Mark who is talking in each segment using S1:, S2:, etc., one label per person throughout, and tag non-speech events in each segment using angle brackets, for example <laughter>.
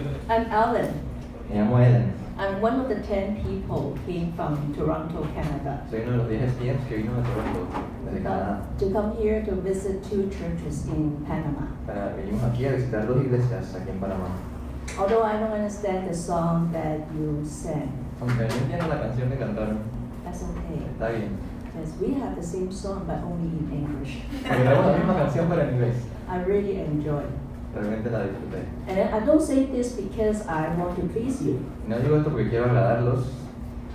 S1: I'm Alan.
S2: Me llamo Ellen.
S1: I'm one of the 10 people came from Toronto, Canada,
S2: Soy uno de los 10 STMs que vino de Toronto, desde Canadá.
S1: uh, to come here to visit two churches in Panama.
S2: Para- venimos aquí a visitar dos iglesias aquí en Panamá.
S1: Although I don't understand the song that you sang,
S2: Aunque no entiendo la canción que cantaron,
S1: that's okay.
S2: está bien.
S1: Because we have the same song but only in English.
S2: Porque tenemos la misma canción para en inglés.
S1: I really enjoy.
S2: Realmente la disfruté.
S1: And I don't say this because I want to please you.
S2: Y No digo esto porque quiero agradarlos.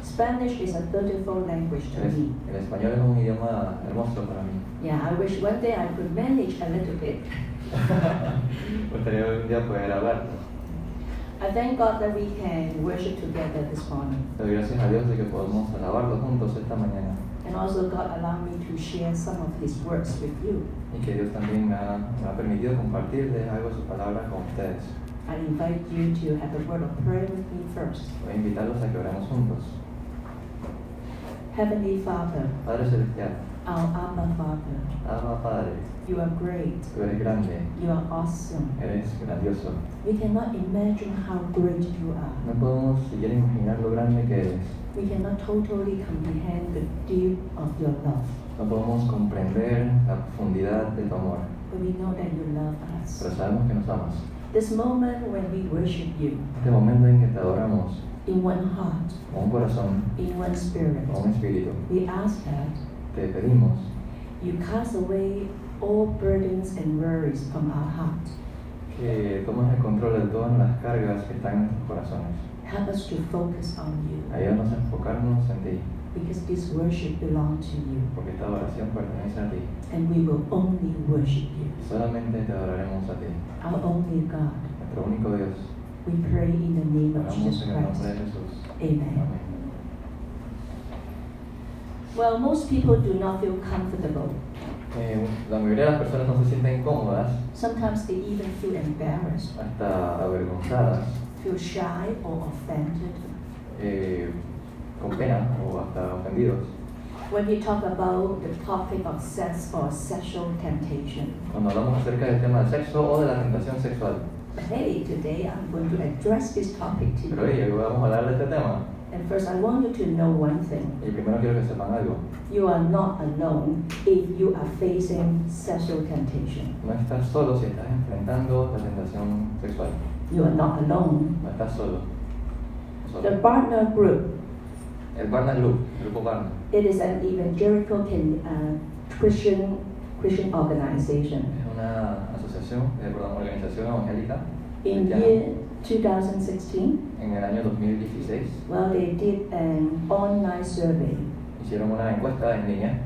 S1: Spanish is a beautiful language to
S2: El, es-
S1: me.
S2: el español es un idioma hermoso para mí. <laughs>
S1: Yeah, I wish one day I could manage a little bit.
S2: Me gustaría un día poder hablarlo.
S1: I thank God that we can worship together this morning.
S2: Pero gracias a Dios de que podemos alabarlo juntos esta mañana.
S1: And also God allowed me to share some of his words with you.
S2: Y que Dios también me ha, me ha permitido compartirles algo de sus palabras con ustedes.
S1: I invite you to have a word of prayer with me first.
S2: Voy a invitarlos a que oremos juntos.
S1: Heavenly Father,
S2: Padre Celestial,
S1: our Abba Father,
S2: Abba Padre,
S1: you are great.
S2: tú eres grande,
S1: You are awesome.
S2: eres grandioso.
S1: We cannot imagine how great you are.
S2: No podemos siquiera imaginar lo grande que eres.
S1: We cannot totally comprehend the deep of your love.
S2: No podemos comprender la profundidad de tu amor,
S1: But we know that you love us.
S2: pero sabemos que nos amas.
S1: This moment when we worship you
S2: Este momento en que te adoramos
S1: in one heart,
S2: con un corazón,
S1: in one spirit,
S2: con un espíritu,
S1: we ask that
S2: te pedimos
S1: you cast away all burdens and worries from our heart.
S2: que tomes el control de todas las cargas que están en nuestros corazones.
S1: Help us to focus on you
S2: Ayúdanos a enfocarnos en ti,
S1: because this worship belongs to you
S2: porque esta adoración pertenece a ti.
S1: and we will only worship you,
S2: Solamente te adoraremos a ti,
S1: our only God.
S2: nuestro único Dios.
S1: We pray in the name of
S2: Oramos
S1: Jesus
S2: en el nombre de
S1: Christ.
S2: Jesús.
S1: Amen.
S2: Amén.
S1: Well, most people do not feel comfortable.
S2: Eh, la mayoría de las personas no se sienten cómodas,
S1: Sometimes they even feel embarrassed,
S2: hasta avergonzadas,
S1: feel shy or offended.
S2: eh, con pena o hasta ofendidos.
S1: When we talk about the topic of sex or sexual temptation,
S2: Cuando hablamos acerca del tema del sexo o de la tentación sexual.
S1: but hey, today I'm going to address this topic to
S2: Pero
S1: you.
S2: oye, hoy vamos a hablar de este tema.
S1: And first, I want you to know one thing.
S2: Y primero quiero que sepan algo.
S1: You are not alone if you are facing sexual temptation.
S2: No estás solo si estás enfrentando la tentación sexual.
S1: You are not alone.
S2: No estás solo. Solo.
S1: The partner group
S2: El Barna Group, el grupo Barna,
S1: It is an evangelical can, uh, Christian Christian organization.
S2: es una asociación, eh, perdón, organización evangélica.
S1: In
S2: cristiana.
S1: year 2016,
S2: En el año 2016
S1: well, they did an online survey
S2: hicieron una encuesta en línea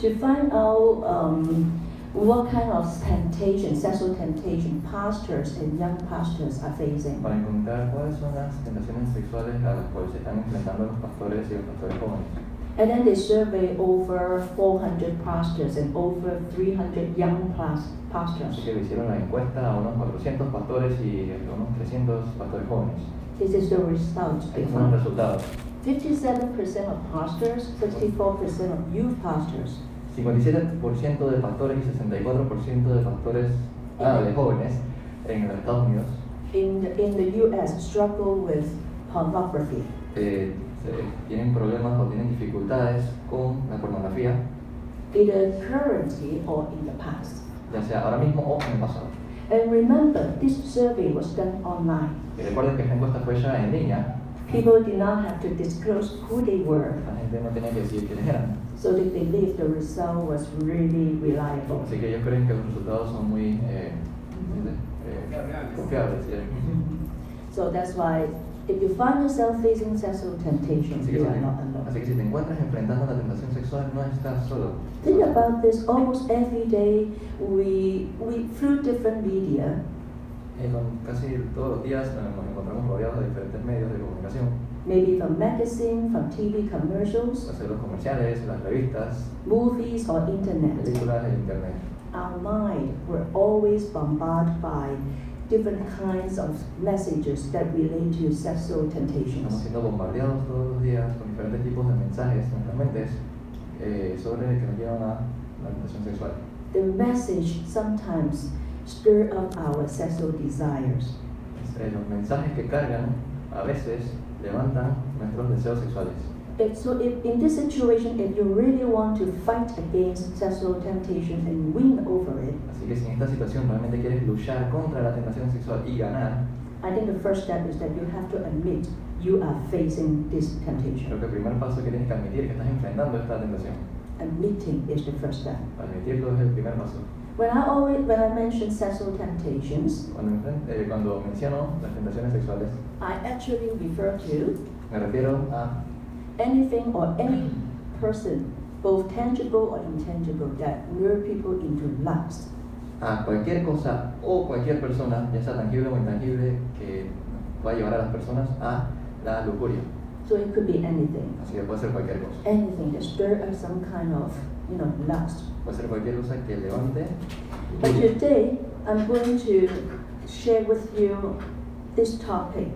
S1: to find out um, what kind of temptation, sexual temptation, pastors and young pastors are facing.
S2: para encontrar cuáles son las tentaciones sexuales a las cuales se están enfrentando los pastores y los pastores jóvenes.
S1: And then they survey over 400 pastors and over 300 young plas-
S2: Así
S1: pastors.
S2: que le hicieron la encuesta a unos 400 pastores y a unos 300 pastores jóvenes.
S1: This is the result they
S2: Estos son los
S1: found.
S2: resultados.
S1: 57% of pastors, 64% of youth pastors
S2: 57% de pastores y 64% de pastores ah, de jóvenes en los Estados Unidos
S1: in the, in the U.S. struggle with pornography.
S2: eh, se- tienen problemas o tienen dificultades con la pornografía,
S1: Either currently or in the past.
S2: ya sea ahora mismo o en el pasado.
S1: And remember, this survey was done online.
S2: Y recuerden que esta encuesta fue hecha en línea,
S1: People did not have to disclose who they were,
S2: la gente no tenía que decir quiénes eran.
S1: so they believed the result was really reliable.
S2: Así que ellos creen que los resultados son muy eh, eh, confiables. ¿sí?
S1: So that's why, if you find yourself facing sexual temptation,
S2: Así, que si
S1: you are
S2: te,
S1: not alone.
S2: así que si te encuentras enfrentando la tentación sexual, no estás solo.
S1: Think about this. Almost every day, we we through different media,
S2: Eh, con- casi todos los días eh, nos nos encontramos rodeados de diferentes medios de comunicación,
S1: maybe from magazine, from TV commercials,
S2: los los comerciales, las revistas,
S1: movies or internet,
S2: películas, el internet.
S1: our mind were always bombarded by different kinds of messages that relate to sexual
S2: Estamos
S1: temptations.
S2: siendo bombardeados todos los días con diferentes tipos de mensajes en nuestras mentes eh, sobre que nos llevan a la tentación sexual.
S1: The message sometimes stir up our sexual desires.
S2: Entonces, eh, los mensajes que cargan a veces levantan nuestros deseos sexuales.
S1: If, so if in this situation, if you really want to fight against sexual temptation and win over it,
S2: Así que si en esta situación realmente quieres luchar contra la tentación sexual y ganar,
S1: I think the first step is that you have to admit you are facing this temptation.
S2: creo que el primer paso que tienes que admitir que estás enfrentando esta tentación.
S1: Admitting is the first step.
S2: Admitirlo es el primer paso.
S1: When I always when I mention sexual temptations,
S2: Cuando, enfren- eh, cuando menciono las tentaciones sexuales,
S1: I actually refer to
S2: me refiero a
S1: anything or any person, both tangible or intangible, that lure people into lust.
S2: a cualquier cosa o cualquier persona, ya sea tangible o intangible, que pueda llevar a las personas a la lujuria.
S1: So it could be anything,
S2: Así que puede ser cualquier cosa.
S1: anything that stir up some kind of you know lust.
S2: Puede ser cualquier cosa que levante.
S1: But today I'm going to share with you this topic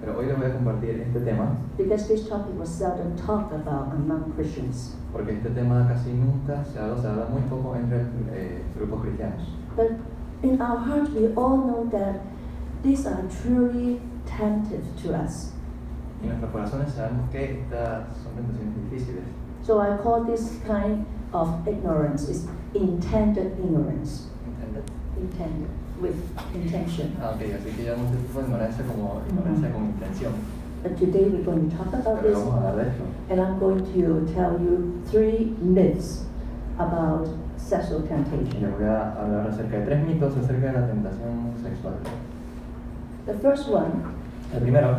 S2: Pero hoy les voy a compartir este tema,
S1: because this topic was seldom talked about among Christians.
S2: porque este tema casi nunca se habla, se habla muy poco entre eh, grupos cristianos.
S1: But in our heart, we all know that these are truly tempted to us.
S2: Y en nuestros corazones sabemos que estas son tentaciones difíciles.
S1: So I call this kind of ignorance is intended ignorance,
S2: ¿entiendes?
S1: intended with intention.
S2: Ah, ok, así que llamamos este tipo de ignorancia como ignorancia con intención.
S1: But today we're going to talk about
S2: Pero
S1: this,
S2: vamos a hablar de esto.
S1: and I'm going to tell you three myths about sexual
S2: Y les
S1: temptation.
S2: voy a hablar acerca de tres mitos acerca de la tentación sexual.
S1: The first one,
S2: El primero,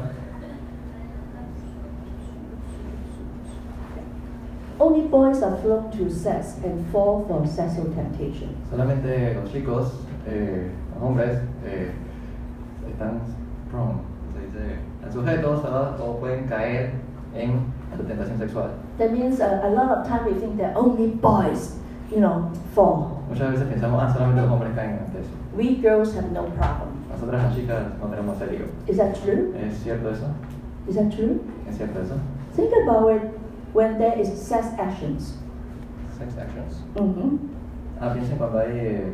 S1: only boys are prone to sex and fall for sexual temptation.
S2: solamente los chicos, eh, los hombres, eh, están prone, se dice, están sujetos a o pueden caer en la tentación sexual.
S1: That means uh, a lot of time we think that only boys, you know, fall.
S2: Muchas veces pensamos, ah, solamente los hombres caen ante eso.
S1: We girls have no problem.
S2: Nosotras las chicas no tenemos ese lío.
S1: Is that true?
S2: ¿Es cierto eso?
S1: Is that true?
S2: ¿Es cierto eso?
S1: Think about it when there is sex actions.
S2: Sex actions.
S1: Mhm.
S2: Ah, piensen cuando hay eh,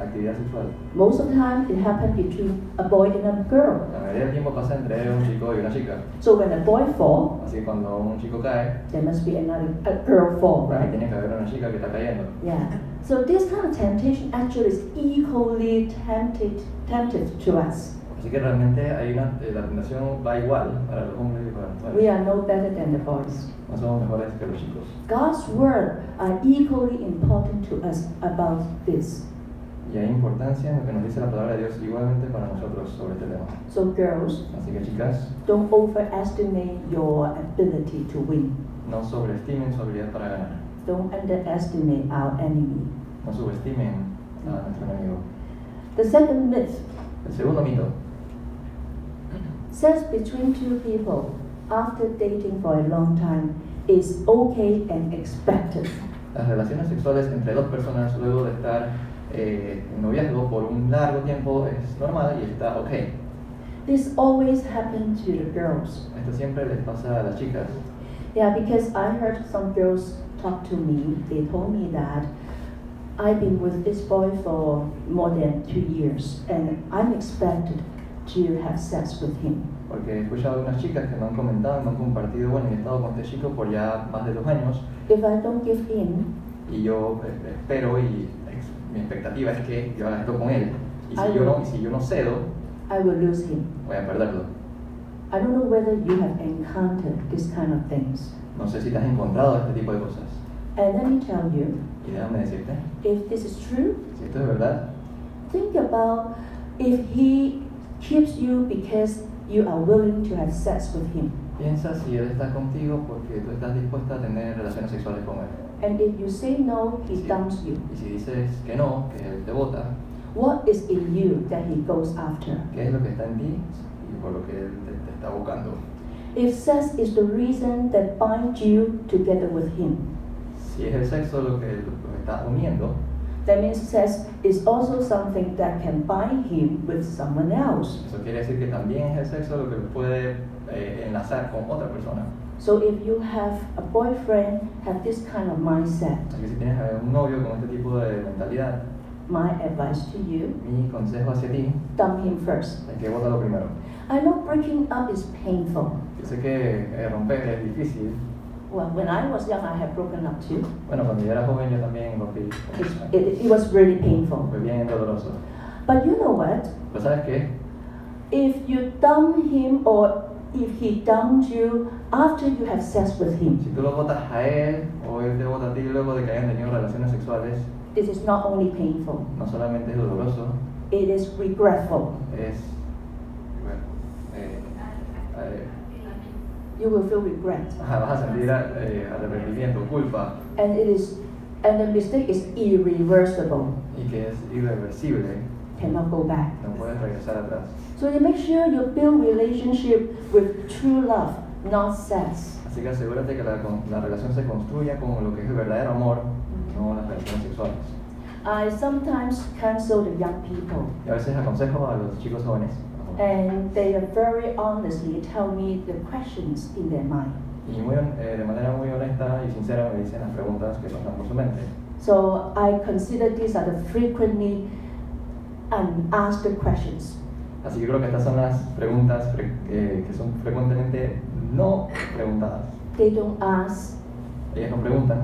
S2: actividad sexual.
S1: Most of the time it happens between a boy and a girl.
S2: La mayoría del tiempo pasa entre un chico y una chica.
S1: So when a boy fall,
S2: Así que cuando un chico cae,
S1: there must be another a girl fall,
S2: también
S1: right?
S2: tiene que haber una chica que está cayendo.
S1: Yeah. So this kind of temptation actually is equally tempted, tempted to us.
S2: Así que realmente hay una, eh, la tentación va igual para los hombres y para las
S1: We
S2: mujeres.
S1: are no better than the boys.
S2: No somos mejores que los chicos.
S1: God's word are equally important to us about this.
S2: Y hay importancia en lo que nos dice la palabra de Dios igualmente para nosotros sobre este tema.
S1: So girls,
S2: Así que chicas,
S1: don't overestimate your ability to win.
S2: no sobreestimen su habilidad para ganar.
S1: Don't underestimate our enemy.
S2: No subestimen a nuestro enemigo.
S1: The second myth
S2: El segundo mito.
S1: sex between two people after dating for a long time is okay and expected.
S2: Las relaciones sexuales entre dos personas luego de estar eh, en noviazgo por un largo tiempo es normal y está ok.
S1: This always happens to the girls.
S2: Esto siempre les pasa a las chicas.
S1: Yeah, because I heard some girls talk to me. They told me that I've been with this boy for more than two years and I'm expected to have sex with him.
S2: Porque he escuchado a algunas chicas que me han comentado, me han compartido, bueno, he estado con este chico por ya más de dos años
S1: If I don't give in,
S2: y yo eh, espero y ex- mi expectativa es que yo haga esto con él. Y si
S1: Ay.
S2: yo no, y si yo no cedo,
S1: I will lose him.
S2: voy a perderlo.
S1: I don't know whether you have encountered this kind of things.
S2: No sé si te has encontrado este tipo de cosas.
S1: And let me tell you,
S2: Y déjame decirte,
S1: if this is true,
S2: si esto es verdad,
S1: think about if he keeps you because you are willing to have sex with him.
S2: piensa si él está contigo porque tú estás dispuesta a tener relaciones sexuales con él.
S1: And if you say no, he dumps you.
S2: Y si dices que no, que él te vota,
S1: What is in you that he goes after?
S2: ¿qué es lo que está en ti y por lo que él te, te está buscando?
S1: If sex is the reason that binds you together with him,
S2: Si es el sexo lo que lo que está uniendo,
S1: that means sex is also something that can bind him with someone else.
S2: Eso quiere decir que también es el sexo lo que puede eh, enlazar con otra persona.
S1: So if you have a boyfriend, have this kind of mindset.
S2: Así que si tienes a un novio con este tipo de mentalidad,
S1: My advice to you,
S2: Mi consejo hacia ti
S1: dump him first.
S2: es que vota lo primero.
S1: I know breaking up is painful.
S2: Yo sé que eh, romper es difícil.
S1: Well, when I was young, I had broken up too.
S2: Bueno, cuando yo era joven yo también rompí.
S1: It, it, it was really painful.
S2: Fue bien doloroso.
S1: But you know what?
S2: Pero ¿sabes qué?
S1: If you dump him or if he dumped you after you have sex with him,
S2: Si tú lo votas a él o él te vota a ti luego de que hayan tenido relaciones sexuales,
S1: this is not only painful,
S2: no solamente es doloroso,
S1: it is regretful.
S2: es... Bueno, eh, eh,
S1: You will feel regret.
S2: ajá, vas a sentir eh, arrepentimiento, culpa,
S1: And it is and the mistake is irreversible.
S2: y que es irreversible,
S1: Cannot go back.
S2: no puedes regresar atrás.
S1: So you make sure you build relationship with true love, not sex.
S2: Así que asegúrate que la, con- la relación se construya con lo que es el verdadero amor, no las relaciones sexuales.
S1: I sometimes counsel the young people.
S2: Y a veces aconsejo a los chicos jóvenes
S1: Eh. and they are very honestly tell me the questions in their mind.
S2: y muy, hon- eh, de manera muy honesta y sincera me dicen las preguntas que pasan por su mente.
S1: So I consider these are the frequently unasked questions.
S2: Así que creo que estas son las preguntas fre- eh, que son frecuentemente no preguntadas.
S1: They don't ask
S2: Ellas no preguntan.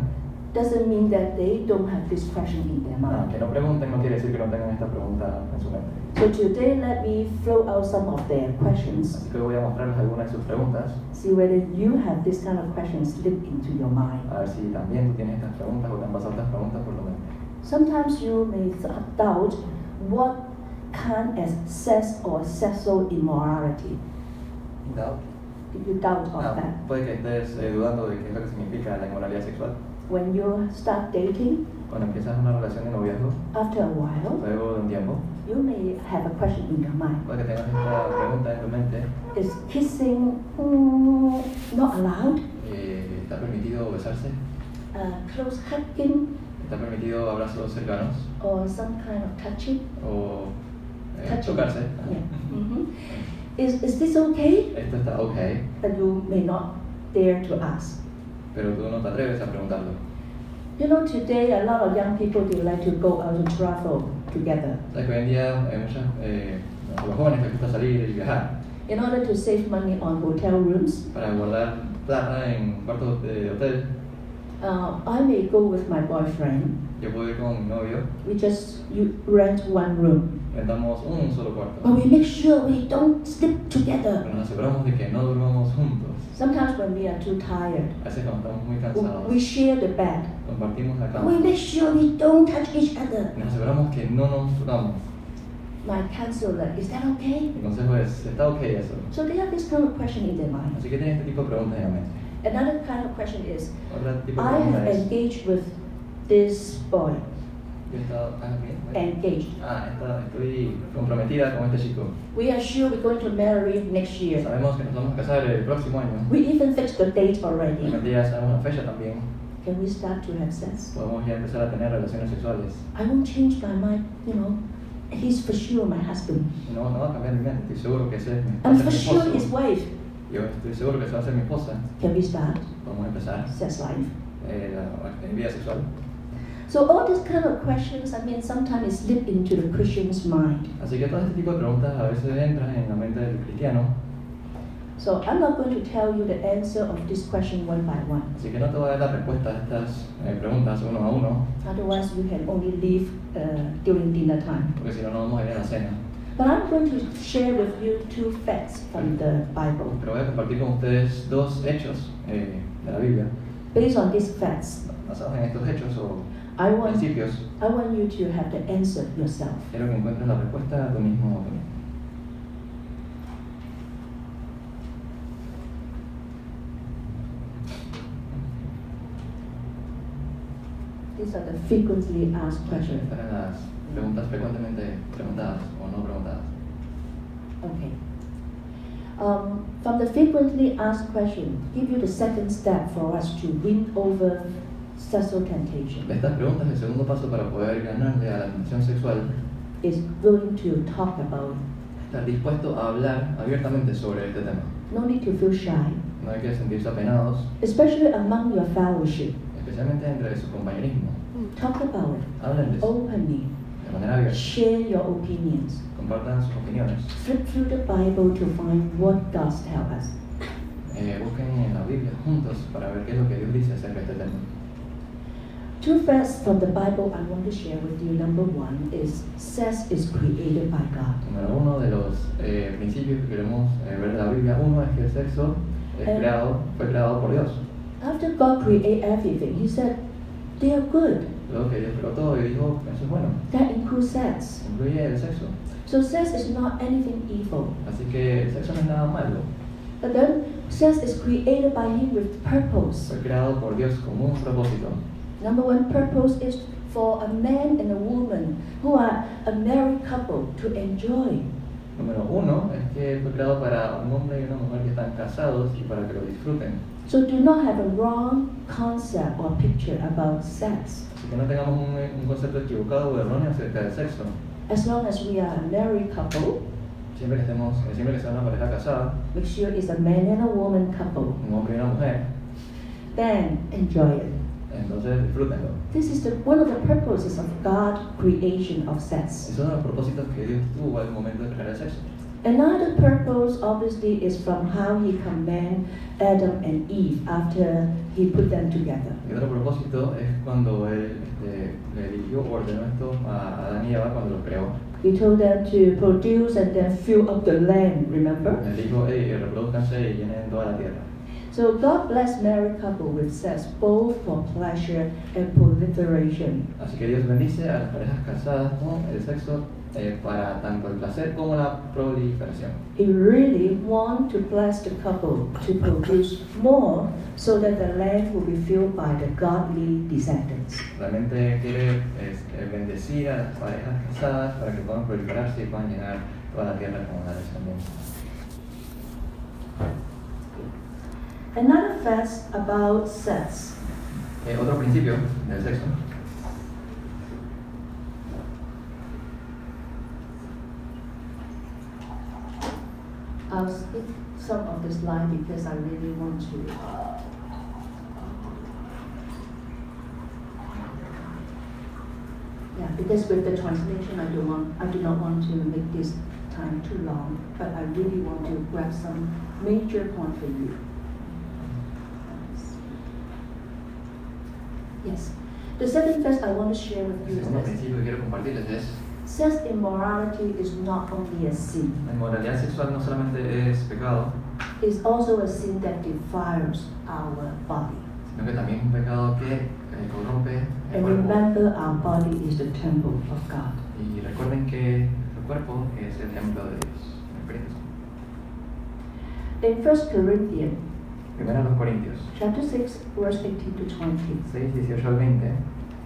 S1: doesn't mean that they don't have this question in their
S2: Ah,
S1: mind.
S2: que no pregunten no quiere decir que no tengan esta pregunta en su mente.
S1: So today, let me flow out some of their questions.
S2: Así que hoy voy a mostrarles algunas de sus preguntas,
S1: See whether you have this kind of questions slip into your mind.
S2: a ver si también tú tienes estas preguntas o te han pasado estas preguntas por lo menos.
S1: Sometimes you may th- doubt what kind as sex or sexual immorality. If you doubt of
S2: Ah,
S1: that.
S2: puede que estés eh, dudando de qué es lo que significa la inmoralidad sexual.
S1: When you start dating,
S2: Cuando empiezas una relación de noviazgo,
S1: after a while,
S2: luego de un tiempo,
S1: you may have a question in your mind.
S2: puede que tengas esta pregunta en tu mente,
S1: Is kissing mm, not allowed?
S2: eh, ¿está permitido besarse?
S1: Uh, close hugging
S2: ¿Está permitido abrazos cercanos?
S1: or some kind of touching?
S2: ¿O eh,
S1: Touching.
S2: tocarse?
S1: Yeah. hmm Is, is this okay?
S2: Esto está ok,
S1: But you may not dare to ask.
S2: pero tú no te atreves a preguntarlo.
S1: You know, today a lot of young people they like to go out to travel together.
S2: Sabes que hoy en día hay muchas, eh, a los jóvenes les gusta salir y viajar
S1: In order to save money on hotel rooms,
S2: para guardar plata en cuartos de hotel.
S1: uh, I may go with my boyfriend.
S2: Yo puedo ir con mi novio,
S1: We just you rent one room.
S2: rentamos un solo cuarto.
S1: But we make sure we don't sleep together.
S2: Pero nos aseguramos de que no durmamos juntos.
S1: Sometimes when we are too tired,
S2: A veces cuando estamos muy
S1: w-
S2: cansados,
S1: we share the bed.
S2: compartimos la
S1: We
S2: cama.
S1: make sure we don't touch each other.
S2: Nos aseguramos que no nos tocamos.
S1: My counselor, is that okay?
S2: El consejo es, pues, está ok eso.
S1: So they have this kind of question in their mind.
S2: Así que tiene este tipo de preguntas en la mente.
S1: Another kind of question is,
S2: Otro tipo de
S1: I have
S2: pregunta es,
S1: engaged with this boy.
S2: yo he estado, ah, bien, bueno.
S1: Engaged.
S2: Ah, he estado- estoy comprometida con este chico.
S1: We are sure we're going to marry next year.
S2: Sabemos que nos vamos a casar el próximo año.
S1: We even fixed the date already.
S2: Realmente ya sabemos la fecha también.
S1: Can we start to have sex?
S2: Podemos ya empezar a tener relaciones sexuales.
S1: I won't change my mind, you know. He's for sure my husband.
S2: Y No, no va a cambiar mi mente. Estoy seguro que ese es mi, va a
S1: I'm
S2: ser mi
S1: for sure his
S2: esposo.
S1: wife.
S2: Yo estoy seguro que esa va a ser mi esposa.
S1: Can we start
S2: Vamos a empezar.
S1: sex life?
S2: eh, la, la vida sexual.
S1: So all these kind of questions, I mean, sometimes it slip into the Christian's mind.
S2: Así que todo este tipo de preguntas a veces entran en la mente del cristiano,
S1: So I'm not going to tell you the answer of this question one by one.
S2: así que no te voy a dar la respuesta a estas eh, preguntas uno a uno,
S1: Otherwise, you can only leave uh, during dinner time.
S2: porque si no, no vamos a ir a la cena.
S1: But I'm going to share with you two facts from the Bible.
S2: Pero voy a compartir con ustedes dos hechos eh, de la Biblia.
S1: Based on these facts,
S2: Basados en estos hechos o
S1: I want
S2: principios,
S1: I want you to have the answer yourself.
S2: quiero que encuentres la respuesta tú mismo. tú mismo.
S1: These are the frequently asked questions.
S2: Estas eran las preguntas frecuentemente preguntadas o no preguntadas.
S1: Okay. Um, from the frequently asked question, give you the second step for us to win over sexual temptation.
S2: De estas preguntas, el segundo paso para poder ganarle a la tentación sexual
S1: is willing to talk about.
S2: es estar dispuesto a hablar abiertamente sobre este tema.
S1: No need to feel shy,
S2: No hay que sentirse apenados,
S1: especially among your fellowship.
S2: especialmente entre su compañerismo.
S1: Talk about it
S2: Háblenles,
S1: openly.
S2: de manera abierta.
S1: Share your opinions.
S2: Compartan sus opiniones.
S1: Flip through the Bible to find what God's tell us.
S2: Eh, busquen en la Biblia juntos para ver qué es lo que Dios dice acerca de este tema.
S1: Two facts from the Bible I want to share with you. Number one is sex is created by God.
S2: Número uno de los eh, principios que queremos eh, ver de la Biblia, uno es que el sexo es
S1: Eh.
S2: creado, fue creado por Dios.
S1: After God created everything, He said, they are good.
S2: Luego que Dios creó todo y dijo, eso es bueno,
S1: That includes sex.
S2: incluye el sexo.
S1: So sex is not anything evil.
S2: Así que el sexo no es nada malo,
S1: But then sex is created by Him with purpose.
S2: fue creado por Dios con un propósito.
S1: Number one purpose is for a man and a woman who are a married couple to enjoy.
S2: Número uno es que fue creado para un hombre y una mujer que están casados y para que lo disfruten.
S1: So do not have a wrong concept or picture about sex.
S2: Así que no tengamos un, un concepto equivocado o erróneo acerca del sexo.
S1: As long as we are a married couple,
S2: Siempre que, estemos, eh, siempre que sea una pareja casada,
S1: make sure it's a man and a woman couple,
S2: un hombre y una mujer,
S1: then enjoy it.
S2: entonces disfrútenlo.
S1: This is the, one of the purposes of God creation of sex.
S2: Es uno de los propósitos que Dios tuvo al momento de crear el sexo.
S1: Another purpose obviously is from how he command Adam and Eve after he put them together.
S2: Y otro propósito es cuando Él este, le dirigió o ordenó esto a Adán y Eva cuando los creó.
S1: He told them to produce and then fill up the land, remember?
S2: Les dijo, hey, reproduzcanse y llenen toda la tierra.
S1: So God bless married couple with sex both for pleasure and proliferation.
S2: Así que Dios bendice a las parejas casadas con el sexo eh, para tanto el placer como la proliferación.
S1: He really want to bless the couple to produce more so that the land will be filled by the godly descendants.
S2: Realmente quiere es, eh, bendecir a las parejas casadas para que puedan proliferarse y puedan llenar toda la tierra con la descendencia.
S1: Another fact about sex.
S2: Eh, otro principio del sexo.
S1: I'll skip some of the slide because I really want to. uh, Yeah, because with the translation, I do want, I do not want to make this time too long, but I really want to grab some major point for you. Yes, the second test I want to share with
S2: El
S1: you is
S2: segundo
S1: this.
S2: principio que quiero compartirles es
S1: Sex immorality is not only a sin.
S2: la inmoralidad sexual no solamente es pecado,
S1: is also a sin that defiles our body.
S2: sino que también es un pecado que eh, corrompe el
S1: And
S2: cuerpo.
S1: remember, our body is the temple of God.
S2: Y recuerden que el cuerpo es el templo de Dios. el príncipe.
S1: In 1 Corinthians
S2: Primero a los Corintios
S1: chapter 6, verse 18 to 20,
S2: 6, 18 al 20.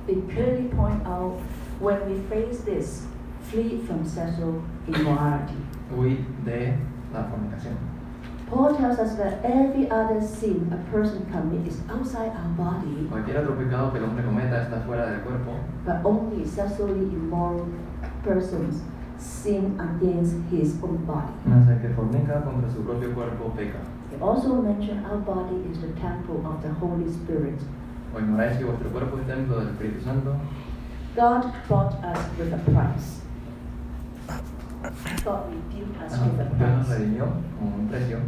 S1: it clearly point out when we face this, flee from sexual immorality.
S2: Huir de la fornicación.
S1: Paul tells us that every other sin a person commits is outside our body,
S2: Cualquier otro pecado que el hombre cometa está fuera del cuerpo,
S1: but only sexually immoral persons sin against his own body.
S2: mas el que fornica contra su propio cuerpo peca.
S1: It also mentioned our body is the temple of the Holy Spirit.
S2: O ignoráis que vuestro cuerpo es templo del Espíritu Santo,
S1: God bought us with a price. God redeemed us with a
S2: Ah, Dios nos
S1: price.
S2: redimió con un precio,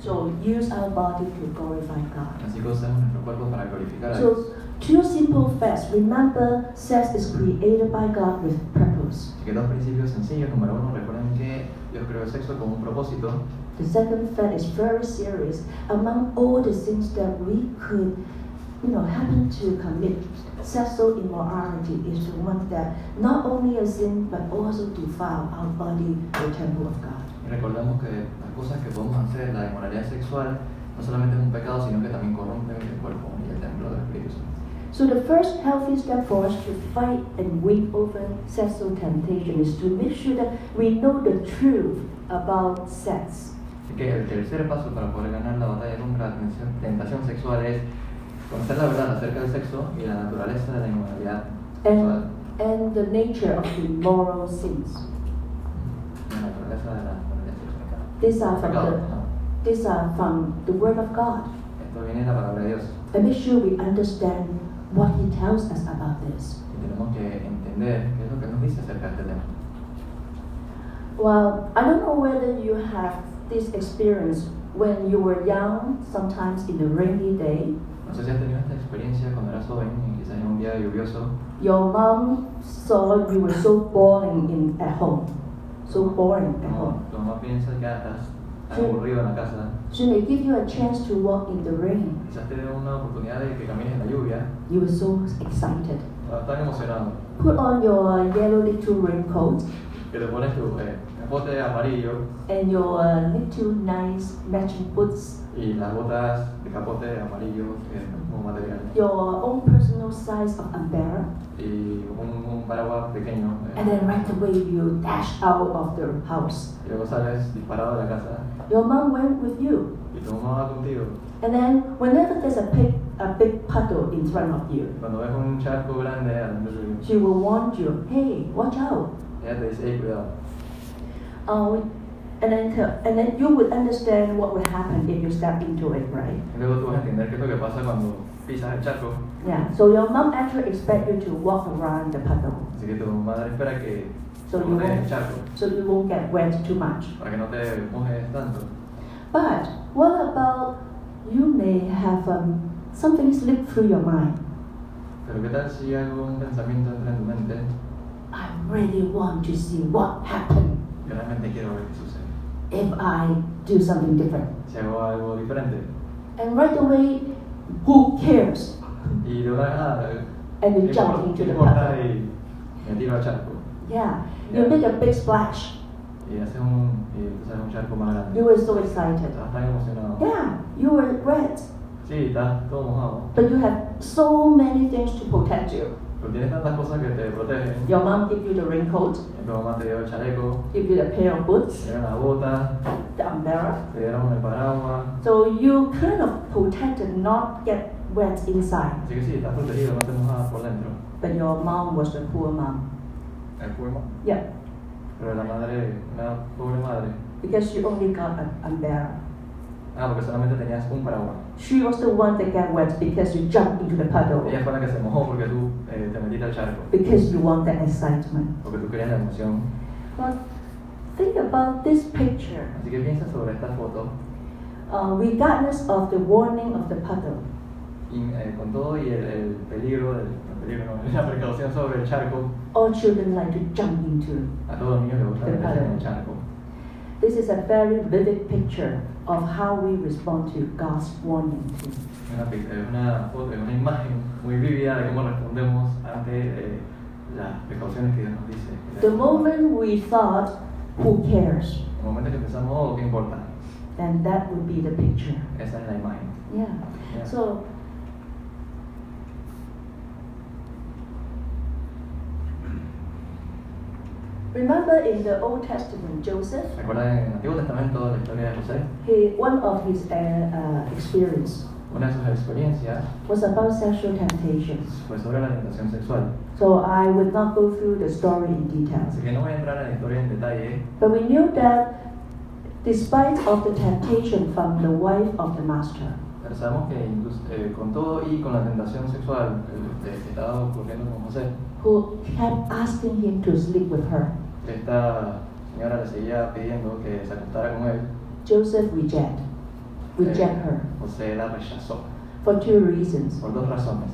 S1: So use our body to glorify God.
S2: así que usamos nuestro cuerpo para glorificar a Dios.
S1: So two simple facts. Remember, sex is created by God with purpose.
S2: Así que dos principios sencillos. Número uno, recuerden que Dios creó el sexo con un propósito.
S1: The second fact is very serious. Among all the sins that we could, you know, happen to commit, sexual immorality is the one that not only a sin but also defile our body, the temple of God.
S2: Y recordemos que las cosas que podemos hacer, la inmoralidad sexual, no solamente es un pecado, sino que también corrompe el cuerpo y el templo del Espíritu Santo.
S1: So the first healthy step for us to fight and win over sexual temptation is to make sure that we know the truth about sex.
S2: Así que el tercer paso para poder ganar la batalla contra la tensión- tentación sexual es conocer la verdad acerca del sexo y la naturaleza de la inmoralidad sexual.
S1: And, and the nature of immoral sins.
S2: La naturaleza de la inmoralidad sexual.
S1: These are from
S2: Pecado, Ah,
S1: the,
S2: ajá.
S1: these are from the Word of God.
S2: Esto viene de la palabra de Dios.
S1: and make sure we understand what he tells us about this.
S2: Y tenemos que entender qué es lo que nos dice acerca de este tema.
S1: Well, I don't know whether you have this experience when you were young, sometimes in a rainy day.
S2: No sé si has tenido esta experiencia cuando eras joven y quizás en un día lluvioso,
S1: Your mom saw you were so boring in, at home, so boring at
S2: como
S1: home.
S2: tu mamá piensa que ya estás tan
S1: Sí.
S2: aburrido en la casa,
S1: She may give you a chance to walk in the rain.
S2: quizás te dé una oportunidad de que camines en la lluvia,
S1: You were so excited.
S2: estás tan emocionado
S1: Put on your yellow little raincoat
S2: que te pones tu eh, bote amarillo
S1: and your uh, little nice matching boots,
S2: y las botas de capote amarillo que es como material
S1: your own personal size of umbrella,
S2: y un, un paraguas pequeño eh,
S1: and then right away you dash out of the house.
S2: y luego sales disparado de la casa
S1: Your mom went with you,
S2: y tu mamá va contigo
S1: and then whenever there's a big, a big puddle in front of you,
S2: cuando ves un charco grande al del río,
S1: she will warn you, hey, watch out.
S2: ella te dice hey cuidado
S1: Uh, and then tell- and then you would understand what will happen if you step into it, right?
S2: y luego tú vas a entender qué es lo que pasa cuando pisas el charco
S1: Yeah. So your mom actually expect you to walk around the puddle,
S2: así que tu madre espera que
S1: so you
S2: corres el
S1: won't,
S2: charco
S1: so you won't get wet too much.
S2: para que no te mojes tanto
S1: But what about you may have um, something slip through your mind?
S2: pero qué tal si algún pensamiento entra en tu mente
S1: I really want to see what happened
S2: yo realmente quiero ver qué sucede
S1: if I do something different.
S2: si hago algo diferente
S1: And right away, who cares?
S2: y de una vez nada eh,
S1: And you
S2: ¿qué
S1: jump
S2: impor-
S1: into
S2: qué
S1: the
S2: importa
S1: puddle.
S2: y me tiro al charco
S1: Yeah. You
S2: Yeah.
S1: make a big splash.
S2: y haces un, y tú sabes, un charco más grande
S1: You were so excited.
S2: estás tan emocionado
S1: Yeah, you were wet,
S2: sí estás todo mojado
S1: but you have so many things to protect you.
S2: pero tienes tantas cosas que te protegen
S1: Your mom give you the raincoat,
S2: tu mamá te dio el chaleco
S1: give you the pair of
S2: te
S1: boots,
S2: dieron la bota
S1: the umbrella.
S2: te dieron el paraguas
S1: So you kind of protected, not get wet inside.
S2: así que sí estás protegido no te mojas por dentro
S1: But your mom was the poor mom.
S2: el fuego
S1: Yeah,
S2: pero la madre una pobre madre
S1: because she only got an umbrella.
S2: ah porque solamente tenías un paraguas
S1: She was the one that got wet because you jumped into the puddle,
S2: ella fue la que se mojó porque tú eh, te metiste al charco
S1: because you want that excitement.
S2: porque tú querías la emoción
S1: But think about this picture.
S2: así que piensa sobre esta foto
S1: Uh, regardless of the warning of the puddle,
S2: y, eh, con todo y el, el peligro, el, el peligro no, <laughs> la precaución sobre el charco,
S1: all children like to jump into
S2: a todos los niños les gusta meterse en el charco.
S1: This is a very vivid picture of how we respond to God's warning. To.
S2: Es una, pic- es una foto, es una imagen muy vívida de cómo respondemos ante eh, las precauciones que Dios nos dice.
S1: The moment we thought, who cares?
S2: El momento que pensamos, oh, ¿qué importa?
S1: Then that would be the picture.
S2: Esa es la imagen.
S1: Yeah.
S2: Yeah.
S1: So, remember in the Old Testament, Joseph,
S2: Recuerda en el Antiguo Testamento la historia de José,
S1: he, one of his uh, uh, experience
S2: una de sus experiencias
S1: was about sexual temptations.
S2: fue sobre la tentación sexual.
S1: So I would not go through the story in details.
S2: Así que no voy a entrar en la historia en detalle,
S1: But we knew that despite of the temptation from the wife of the master,
S2: pero sabemos que incluso, eh, con todo y con la tentación sexual eh, que estaba ocurriendo con José,
S1: who kept asking him to sleep with her,
S2: Esta señora le seguía pidiendo que se acostara con él. eh,
S1: Joseph reject, reject her
S2: José la rechazó
S1: for two reasons.
S2: por dos razones.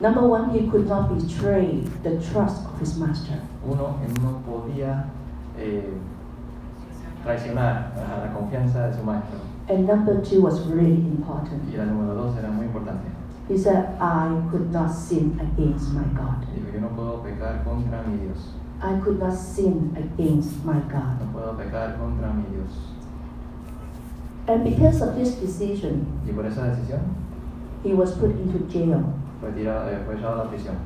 S1: Number one, he could not betray the trust of his master.
S2: Uno, él no podía eh, traicionar a la confianza de su maestro.
S1: And number two was really important.
S2: Y la número dos era muy importante.
S1: He said, I could not sin against my God.
S2: Dijo, yo no puedo pecar contra mi Dios.
S1: I could not sin against my God.
S2: No puedo pecar contra mi Dios.
S1: And because of this decision,
S2: Y por esa decisión
S1: he was put into jail.
S2: fue, tirado, eh, fue llevado a la prisión.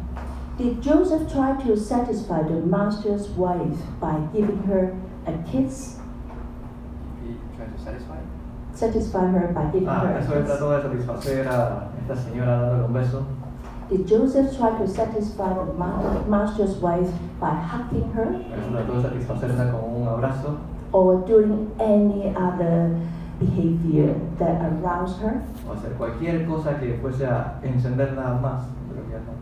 S1: Did Joseph try to satisfy the master's wife by giving her a kiss? Satisfy her by giving
S2: Ah, eso
S1: her
S2: él
S1: a kiss?
S2: trató de satisfacer a esta señora dándole un beso.
S1: Did Joseph try to satisfy the ma- master's wife by hugging her
S2: Él trató de satisfacerla con un abrazo.
S1: or doing any other behavior that aroused her?
S2: o hacer cualquier cosa que fuese a encenderla más. pero ya no.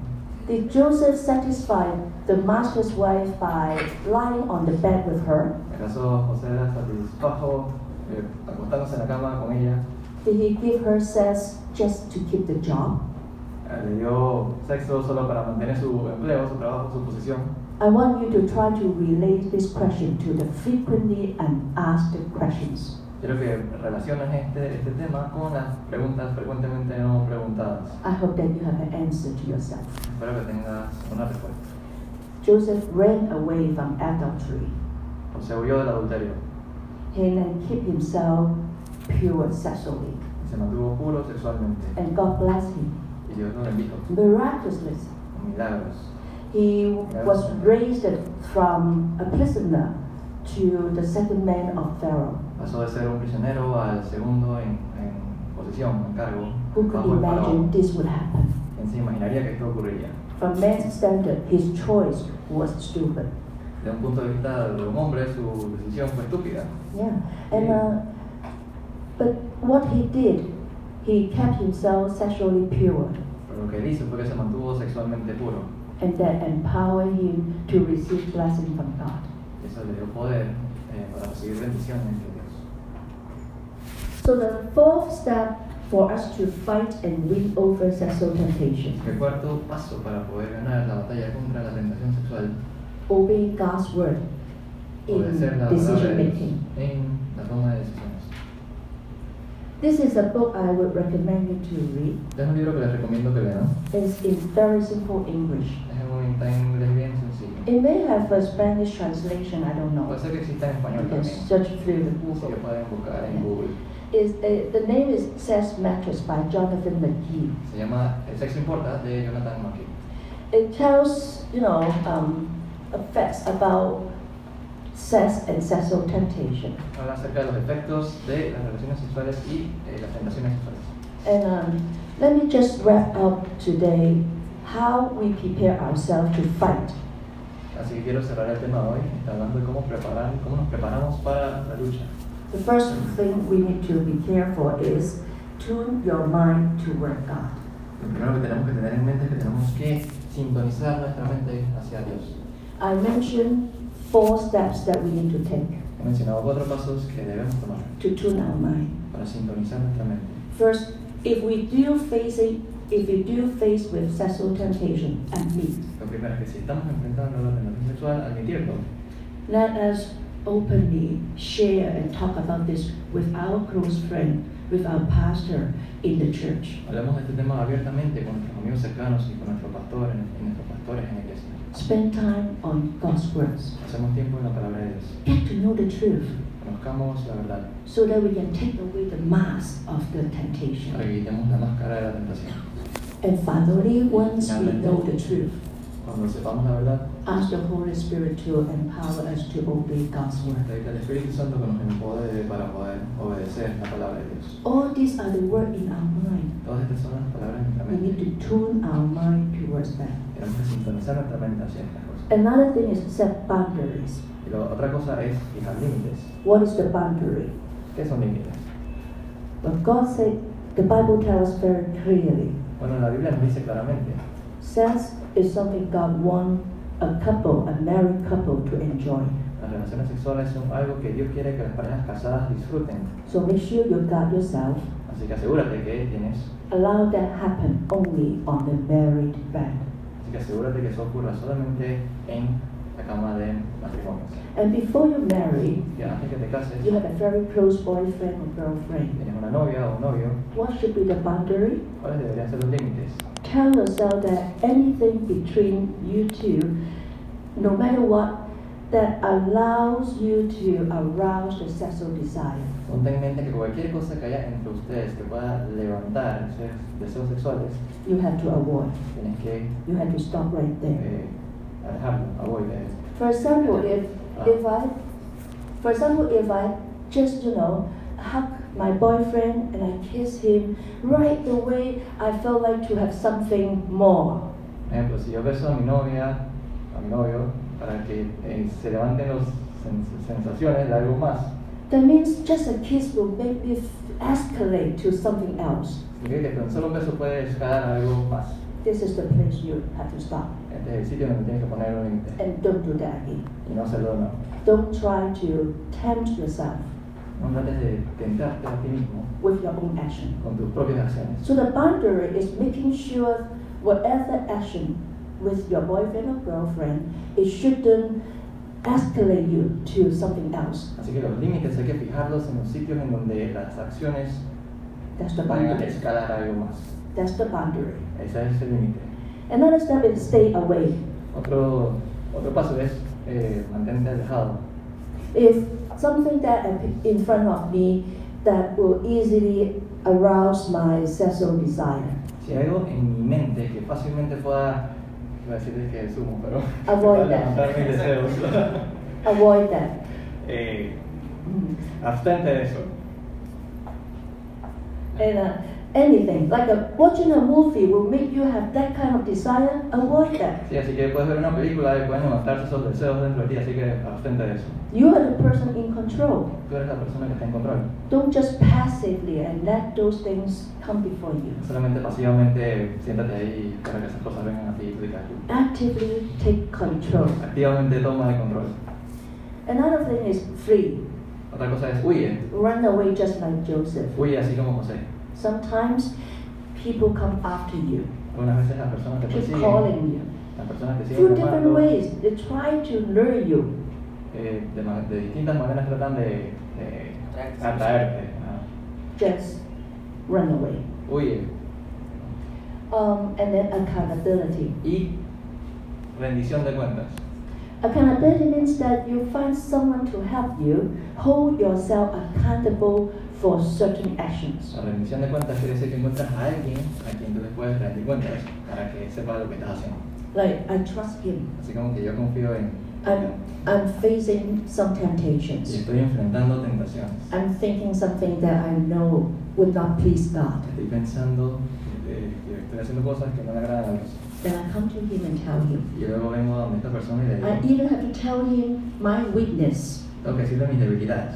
S1: Did Joseph satisfy the master's wife by lying on the bed with her?
S2: ¿Acaso José era satisfajo eh, acostándose en la cama con ella?
S1: Did he give her sex just to keep the job?
S2: Eh, ¿Le dio sexo solo para mantener su empleo, su trabajo, su posición?
S1: I want you to try to relate this question to the frequently and asked questions.
S2: Quiero que relaciones este, este tema con las preguntas frecuentemente no preguntadas.
S1: I hope that you have an answer to yourself.
S2: Espero que tengas una respuesta.
S1: Joseph ran away from adultery.
S2: José huyó del adulterio
S1: He and keep himself pure sexually.
S2: y se mantuvo puro sexualmente.
S1: And God bless him.
S2: Y Dios lo bendijo.
S1: Miraculously,
S2: Milagros.
S1: he was raised from a prisoner to the second man of Pharaoh.
S2: Pasó de ser un prisionero al segundo en, en posición, en cargo.
S1: Who could
S2: bajo el faraón.
S1: imagine this would happen?
S2: ¿Quién se imaginaría que esto ocurriría?
S1: From man's standard, his choice was stupid.
S2: De un punto de vista de un hombre, su decisión fue estúpida.
S1: Yeah. And uh, but what he did, he kept himself sexually pure,
S2: Pero lo que él hizo fue que se mantuvo sexualmente puro.
S1: and that empowered him to receive blessing from God.
S2: Y Eso le dio poder eh, para recibir bendiciones de Dios.
S1: So the fourth step for us to fight and win over sexual temptation,
S2: El cuarto paso para poder ganar la batalla contra la tentación sexual
S1: obey God's word
S2: obedecer
S1: in
S2: la palabra
S1: decision
S2: de Dios
S1: making.
S2: en la toma de decisiones.
S1: This is a book I would recommend you to read.
S2: Este es un libro que les recomiendo que lean.
S1: It's in very simple English.
S2: Es un está en inglés bien sencillo.
S1: It may have a Spanish translation, I don't
S2: Puede
S1: know.
S2: ser que exista en
S1: You
S2: español
S1: can
S2: también.
S1: search through the
S2: Así que
S1: Google.
S2: pueden buscar en Google.
S1: Is uh, the name is Sex Matters by Jonathan McGee.
S2: Se llama El sexo importa de Jonathan McKee.
S1: It tells you know um, facts about sex and sexual temptation.
S2: Habla acerca de los efectos de las relaciones sexuales y eh, las tentaciones sexuales.
S1: And um, let me just wrap up today how we prepare ourselves to fight.
S2: Así que quiero cerrar el tema hoy, está hablando de cómo, preparar, cómo nos preparamos para la lucha.
S1: The first thing we need to be careful is tune your mind toward God.
S2: Lo primero que tenemos que tener en mente es que tenemos que sintonizar nuestra mente hacia Dios.
S1: I mentioned four steps that we need to take
S2: He mencionado cuatro pasos que debemos tomar
S1: to tune our mind.
S2: para sintonizar nuestra mente.
S1: First, if we do facing if we do face with sexual temptation, admit.
S2: Lo primero es que si estamos enfrentando la tentación sexual, admitirlo.
S1: Let us openly share and talk about this with our close friend, with our pastor in the church.
S2: Hablamos de este tema abiertamente con nuestros amigos cercanos y con nuestros pastores, y nuestros pastores en la iglesia.
S1: Spend time on God's words.
S2: Hacemos tiempo en la palabra de Dios.
S1: Get to know the truth
S2: Conozcamos la verdad.
S1: so that we can take away the mask of the temptation.
S2: Evitemos la máscara de la tentación.
S1: And finally, once we
S2: Amen.
S1: know the truth,
S2: Cuando sepamos la verdad,
S1: ask the Holy Spirit to empower us to obey God's word.
S2: pedid al Espíritu Santo que nos empodere para poder obedecer la palabra de Dios.
S1: All these are the words in our mind.
S2: Todas estas son las palabras de nuestra
S1: We
S2: mente.
S1: need to tune our mind towards that.
S2: Tenemos que sintonizar nuestra mente hacia estas cosas.
S1: Another thing is set boundaries.
S2: Y la otra cosa es fijar límites.
S1: What is the boundary?
S2: ¿Qué son límites?
S1: But God said, the Bible tells us very clearly,
S2: Bueno, la Biblia nos dice claramente
S1: sex is something God wants a couple, a married couple, to enjoy.
S2: Las relaciones sexuales son algo que Dios quiere que las parejas casadas disfruten,
S1: So make sure you guard yourself.
S2: así que asegúrate que tienes,
S1: Allow that happen only on the married bed.
S2: así que asegúrate que eso ocurra solamente en la cama de matrimonios.
S1: And before you marry,
S2: Y antes que te cases,
S1: you have a very close boyfriend or girlfriend.
S2: tienes una novia o un novio,
S1: What should be the boundary?
S2: ¿cuáles deberían ser los límites?
S1: Tell yourself that anything between you two, no matter what, that allows you to arouse the sexual desire.
S2: Ponte en mente que cualquier cosa que haya entre ustedes que pueda levantar esos deseos sexuales,
S1: You have to avoid.
S2: tienes que
S1: You have to stop right there.
S2: eh, alejarlo, eh. avoidar.
S1: For example, if if I, for example, if I just you know hug my boyfriend and I kiss him, right away I felt like to have something more.
S2: Por ejemplo, si yo beso a mi novia, a mi novio, para que eh, se levanten las sensaciones de algo más,
S1: That means just a kiss will make me f- escalate to something else.
S2: Significa que con solo un beso puede escalar algo más.
S1: This is the place you have to stop.
S2: Este es el sitio donde tienes que poner un límite
S1: And don't do that again.
S2: y no hacerlo de nuevo.
S1: Don't try to tempt yourself
S2: No trates de tentarte a ti mismo
S1: with your own action.
S2: con tus propias acciones.
S1: So the boundary is making sure whatever action with your boyfriend or girlfriend, it shouldn't escalate you to something else.
S2: Así que los límites hay que fijarlos en los sitios en donde las acciones
S1: That's the
S2: van a
S1: boundary.
S2: escalar algo más.
S1: That's the boundary.
S2: Ese es el límite.
S1: Another step is stay away.
S2: Otro, otro paso es eh, mantente alejado.
S1: If something that ap- in front of me that will easily arouse my sexual desire,
S2: Si hay algo en mi mente que fácilmente pueda, iba a decirles que sumo, pero que
S1: Avoid
S2: pueda
S1: that.
S2: <laughs> levantar mis deseos. <laughs>
S1: avoid that. Mm-hmm.
S2: eh, abstente de eso.
S1: And uh, anything like a, watching a movie will make you have that kind of desire. Avoid that.
S2: Sí, así que puedes ver una película y pueden levantarse esos deseos dentro de ti, así que abstente de eso.
S1: You are the person in control.
S2: Tú eres la persona que está en control.
S1: Don't just passively and let those things come before you.
S2: Solamente pasivamente siéntate ahí para que esas cosas vengan a ti y tú digas,
S1: Actively take control.
S2: Activamente toma el control.
S1: Another thing is free.
S2: Otra cosa es huye.
S1: Run away just like Joseph.
S2: Huye así como José.
S1: Sometimes people come after you,
S2: Algunas veces las personas te
S1: keep
S2: persiguen.
S1: calling you.
S2: Las personas te
S1: Through
S2: siguen
S1: different
S2: llamando.
S1: ways, they try to lure you.
S2: eh, de, ma- de distintas maneras tratan de, de atraerte. ah.
S1: Just run away.
S2: Huye.
S1: Um, and then accountability.
S2: Y rendición de cuentas.
S1: Accountability means that you find someone to help you hold yourself accountable for certain actions.
S2: La rendición de cuentas quiere decir que encuentras a alguien a quien tú le puedes rendir cuentas para que sepa lo que estás haciendo.
S1: Like I trust him.
S2: Así como que yo confío en.
S1: I'm I'm facing some
S2: Y
S1: temptations.
S2: estoy enfrentando tentaciones.
S1: I'm thinking something that I know would not please God.
S2: Estoy pensando eh, que estoy haciendo cosas que no le agradan a Dios.
S1: Then I come to him and tell him.
S2: Y luego vengo a donde esta persona y le
S1: I
S2: digo,
S1: even have to tell him my weakness.
S2: tengo que decirle mis debilidades.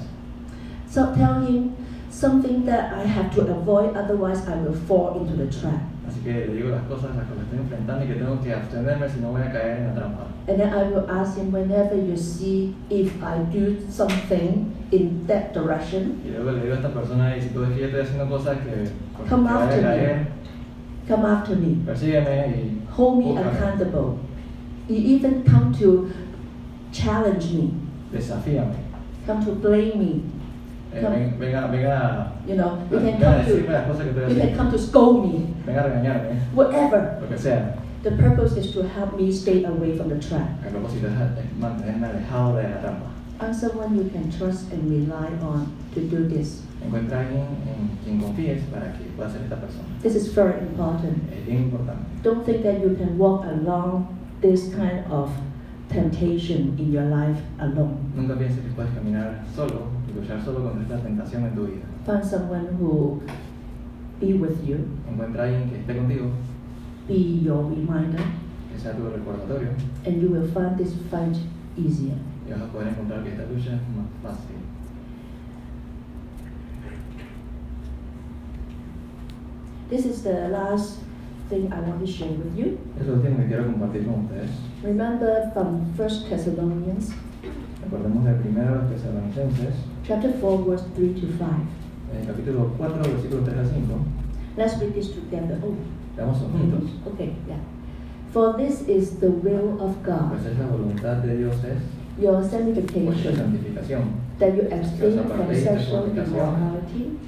S1: So tell him something that I have to avoid, otherwise I will fall into the trap.
S2: Así que le digo las cosas a las que me estoy enfrentando y que tengo que abstenerme si no voy a caer en la trampa.
S1: And then I will ask him whenever you see if I do something in that direction,
S2: Y luego le digo a esta persona, y si tú ves que yo estoy haciendo cosas que pues,
S1: Come
S2: que vaya
S1: after
S2: a caer,
S1: come after me.
S2: persígueme y
S1: Hold me
S2: Búscame.
S1: accountable. You even come to challenge me,
S2: desafíame.
S1: come to blame me.
S2: Eh,
S1: Come.
S2: ven- venga, venga,
S1: You know, you can
S2: venga a
S1: come
S2: decirme
S1: to
S2: las cosas que estoy
S1: you can
S2: haciendo.
S1: come to scold me,
S2: Venga a regañarme,
S1: whatever.
S2: lo que sea.
S1: The purpose is to help me stay away from the trap.
S2: El propósito es es mantenerme alejado de la trampa.
S1: I'm someone you can trust and rely on to do this.
S2: Encuentra a alguien en quien confíes para que pueda ser esta persona.
S1: This is very important.
S2: Es bien importante.
S1: Don't think that you can walk along this kind of temptation in your life alone.
S2: Nunca pienses que puedes caminar solo y luchar solo contra esta tentación en tu vida.
S1: Find someone who be with you,
S2: Encuentra a alguien que esté contigo,
S1: be your reminder,
S2: que sea tu recordatorio,
S1: and you will find this fight easier.
S2: y vas a poder encontrar que esta lucha es más fácil.
S1: This is the last thing I want to share with you.
S2: Eso es lo último que quiero compartir con ustedes.
S1: Remember from 1 Thessalonians
S2: Recordemos de primero a los Tesalonicenses,
S1: chapter 4 verse 3 to 5.
S2: en el capítulo 4, versículos 3 al 5.
S1: Let's read this together. Oh,
S2: Leamos juntos.
S1: Okay, yeah. For this is the will of
S2: Pues
S1: God,
S2: es la voluntad de Dios es
S1: your
S2: vuestra
S1: sanctification,
S2: santificación.
S1: that you abstain from
S2: Apartéis de
S1: sexual
S2: fornicación.
S1: immorality,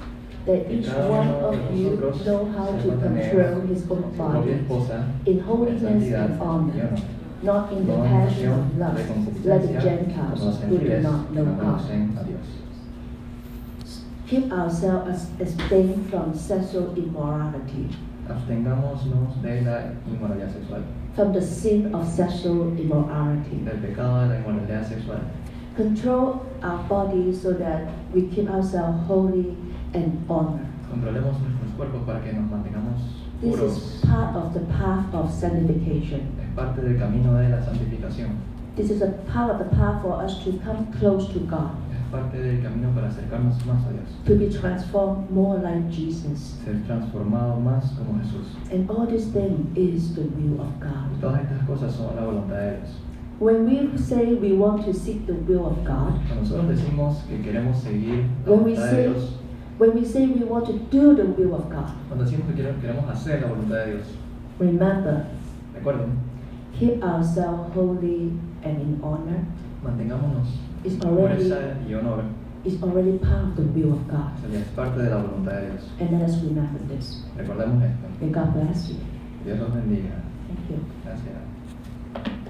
S1: that
S2: Que
S1: each
S2: cada
S1: one
S2: uno de
S1: of you
S2: nosotros
S1: know how to
S2: sepa tener
S1: control his
S2: su
S1: own
S2: propia
S1: body
S2: esposa
S1: in
S2: en
S1: holiness
S2: santidad
S1: and
S2: y
S1: honor,
S2: honor.
S1: not in the
S2: no en
S1: passion of
S2: pasión
S1: lust,
S2: de
S1: like the
S2: concupiscencia, como los
S1: Gentiles who do
S2: gentiles
S1: not
S2: que
S1: know
S2: no
S1: God.
S2: conocen a Dios.
S1: Keep ourselves as- abstain from sexual immorality,
S2: Abstengámonos de la inmoralidad sexual,
S1: from the sin of sexual immorality.
S2: del pecado de la inmoralidad sexual.
S1: control our body so that we keep ourselves holy and honor.
S2: Controlemos nuestros cuerpos para que nos mantengamos
S1: This is
S2: puros.
S1: part of the path of sanctification.
S2: Es parte del camino de la santificación.
S1: This is a part of the path for us to come close to God.
S2: Es parte del camino para acercarnos más a Dios,
S1: to be transformed more like Jesus.
S2: ser transformado más como Jesús.
S1: And all this thing is the will of God.
S2: Todas estas cosas son la voluntad de Dios.
S1: When we say we want to seek the will of God,
S2: Cuando nosotros decimos que queremos seguir la
S1: when we
S2: voluntad de
S1: say
S2: Dios,
S1: when we say we want to do the will of God,
S2: cuando decimos que queremos- queremos hacer la voluntad de Dios,
S1: remember,
S2: recuerden,
S1: keep ourselves holy and in honor
S2: mantengámonos
S1: is already
S2: pureza y honor,
S1: is already part of the will of God.
S2: que es parte de la voluntad de Dios.
S1: And let us remember this.
S2: Recordemos esto.
S1: May God bless you.
S2: Dios los bendiga.
S1: Thank you.
S2: Gracias.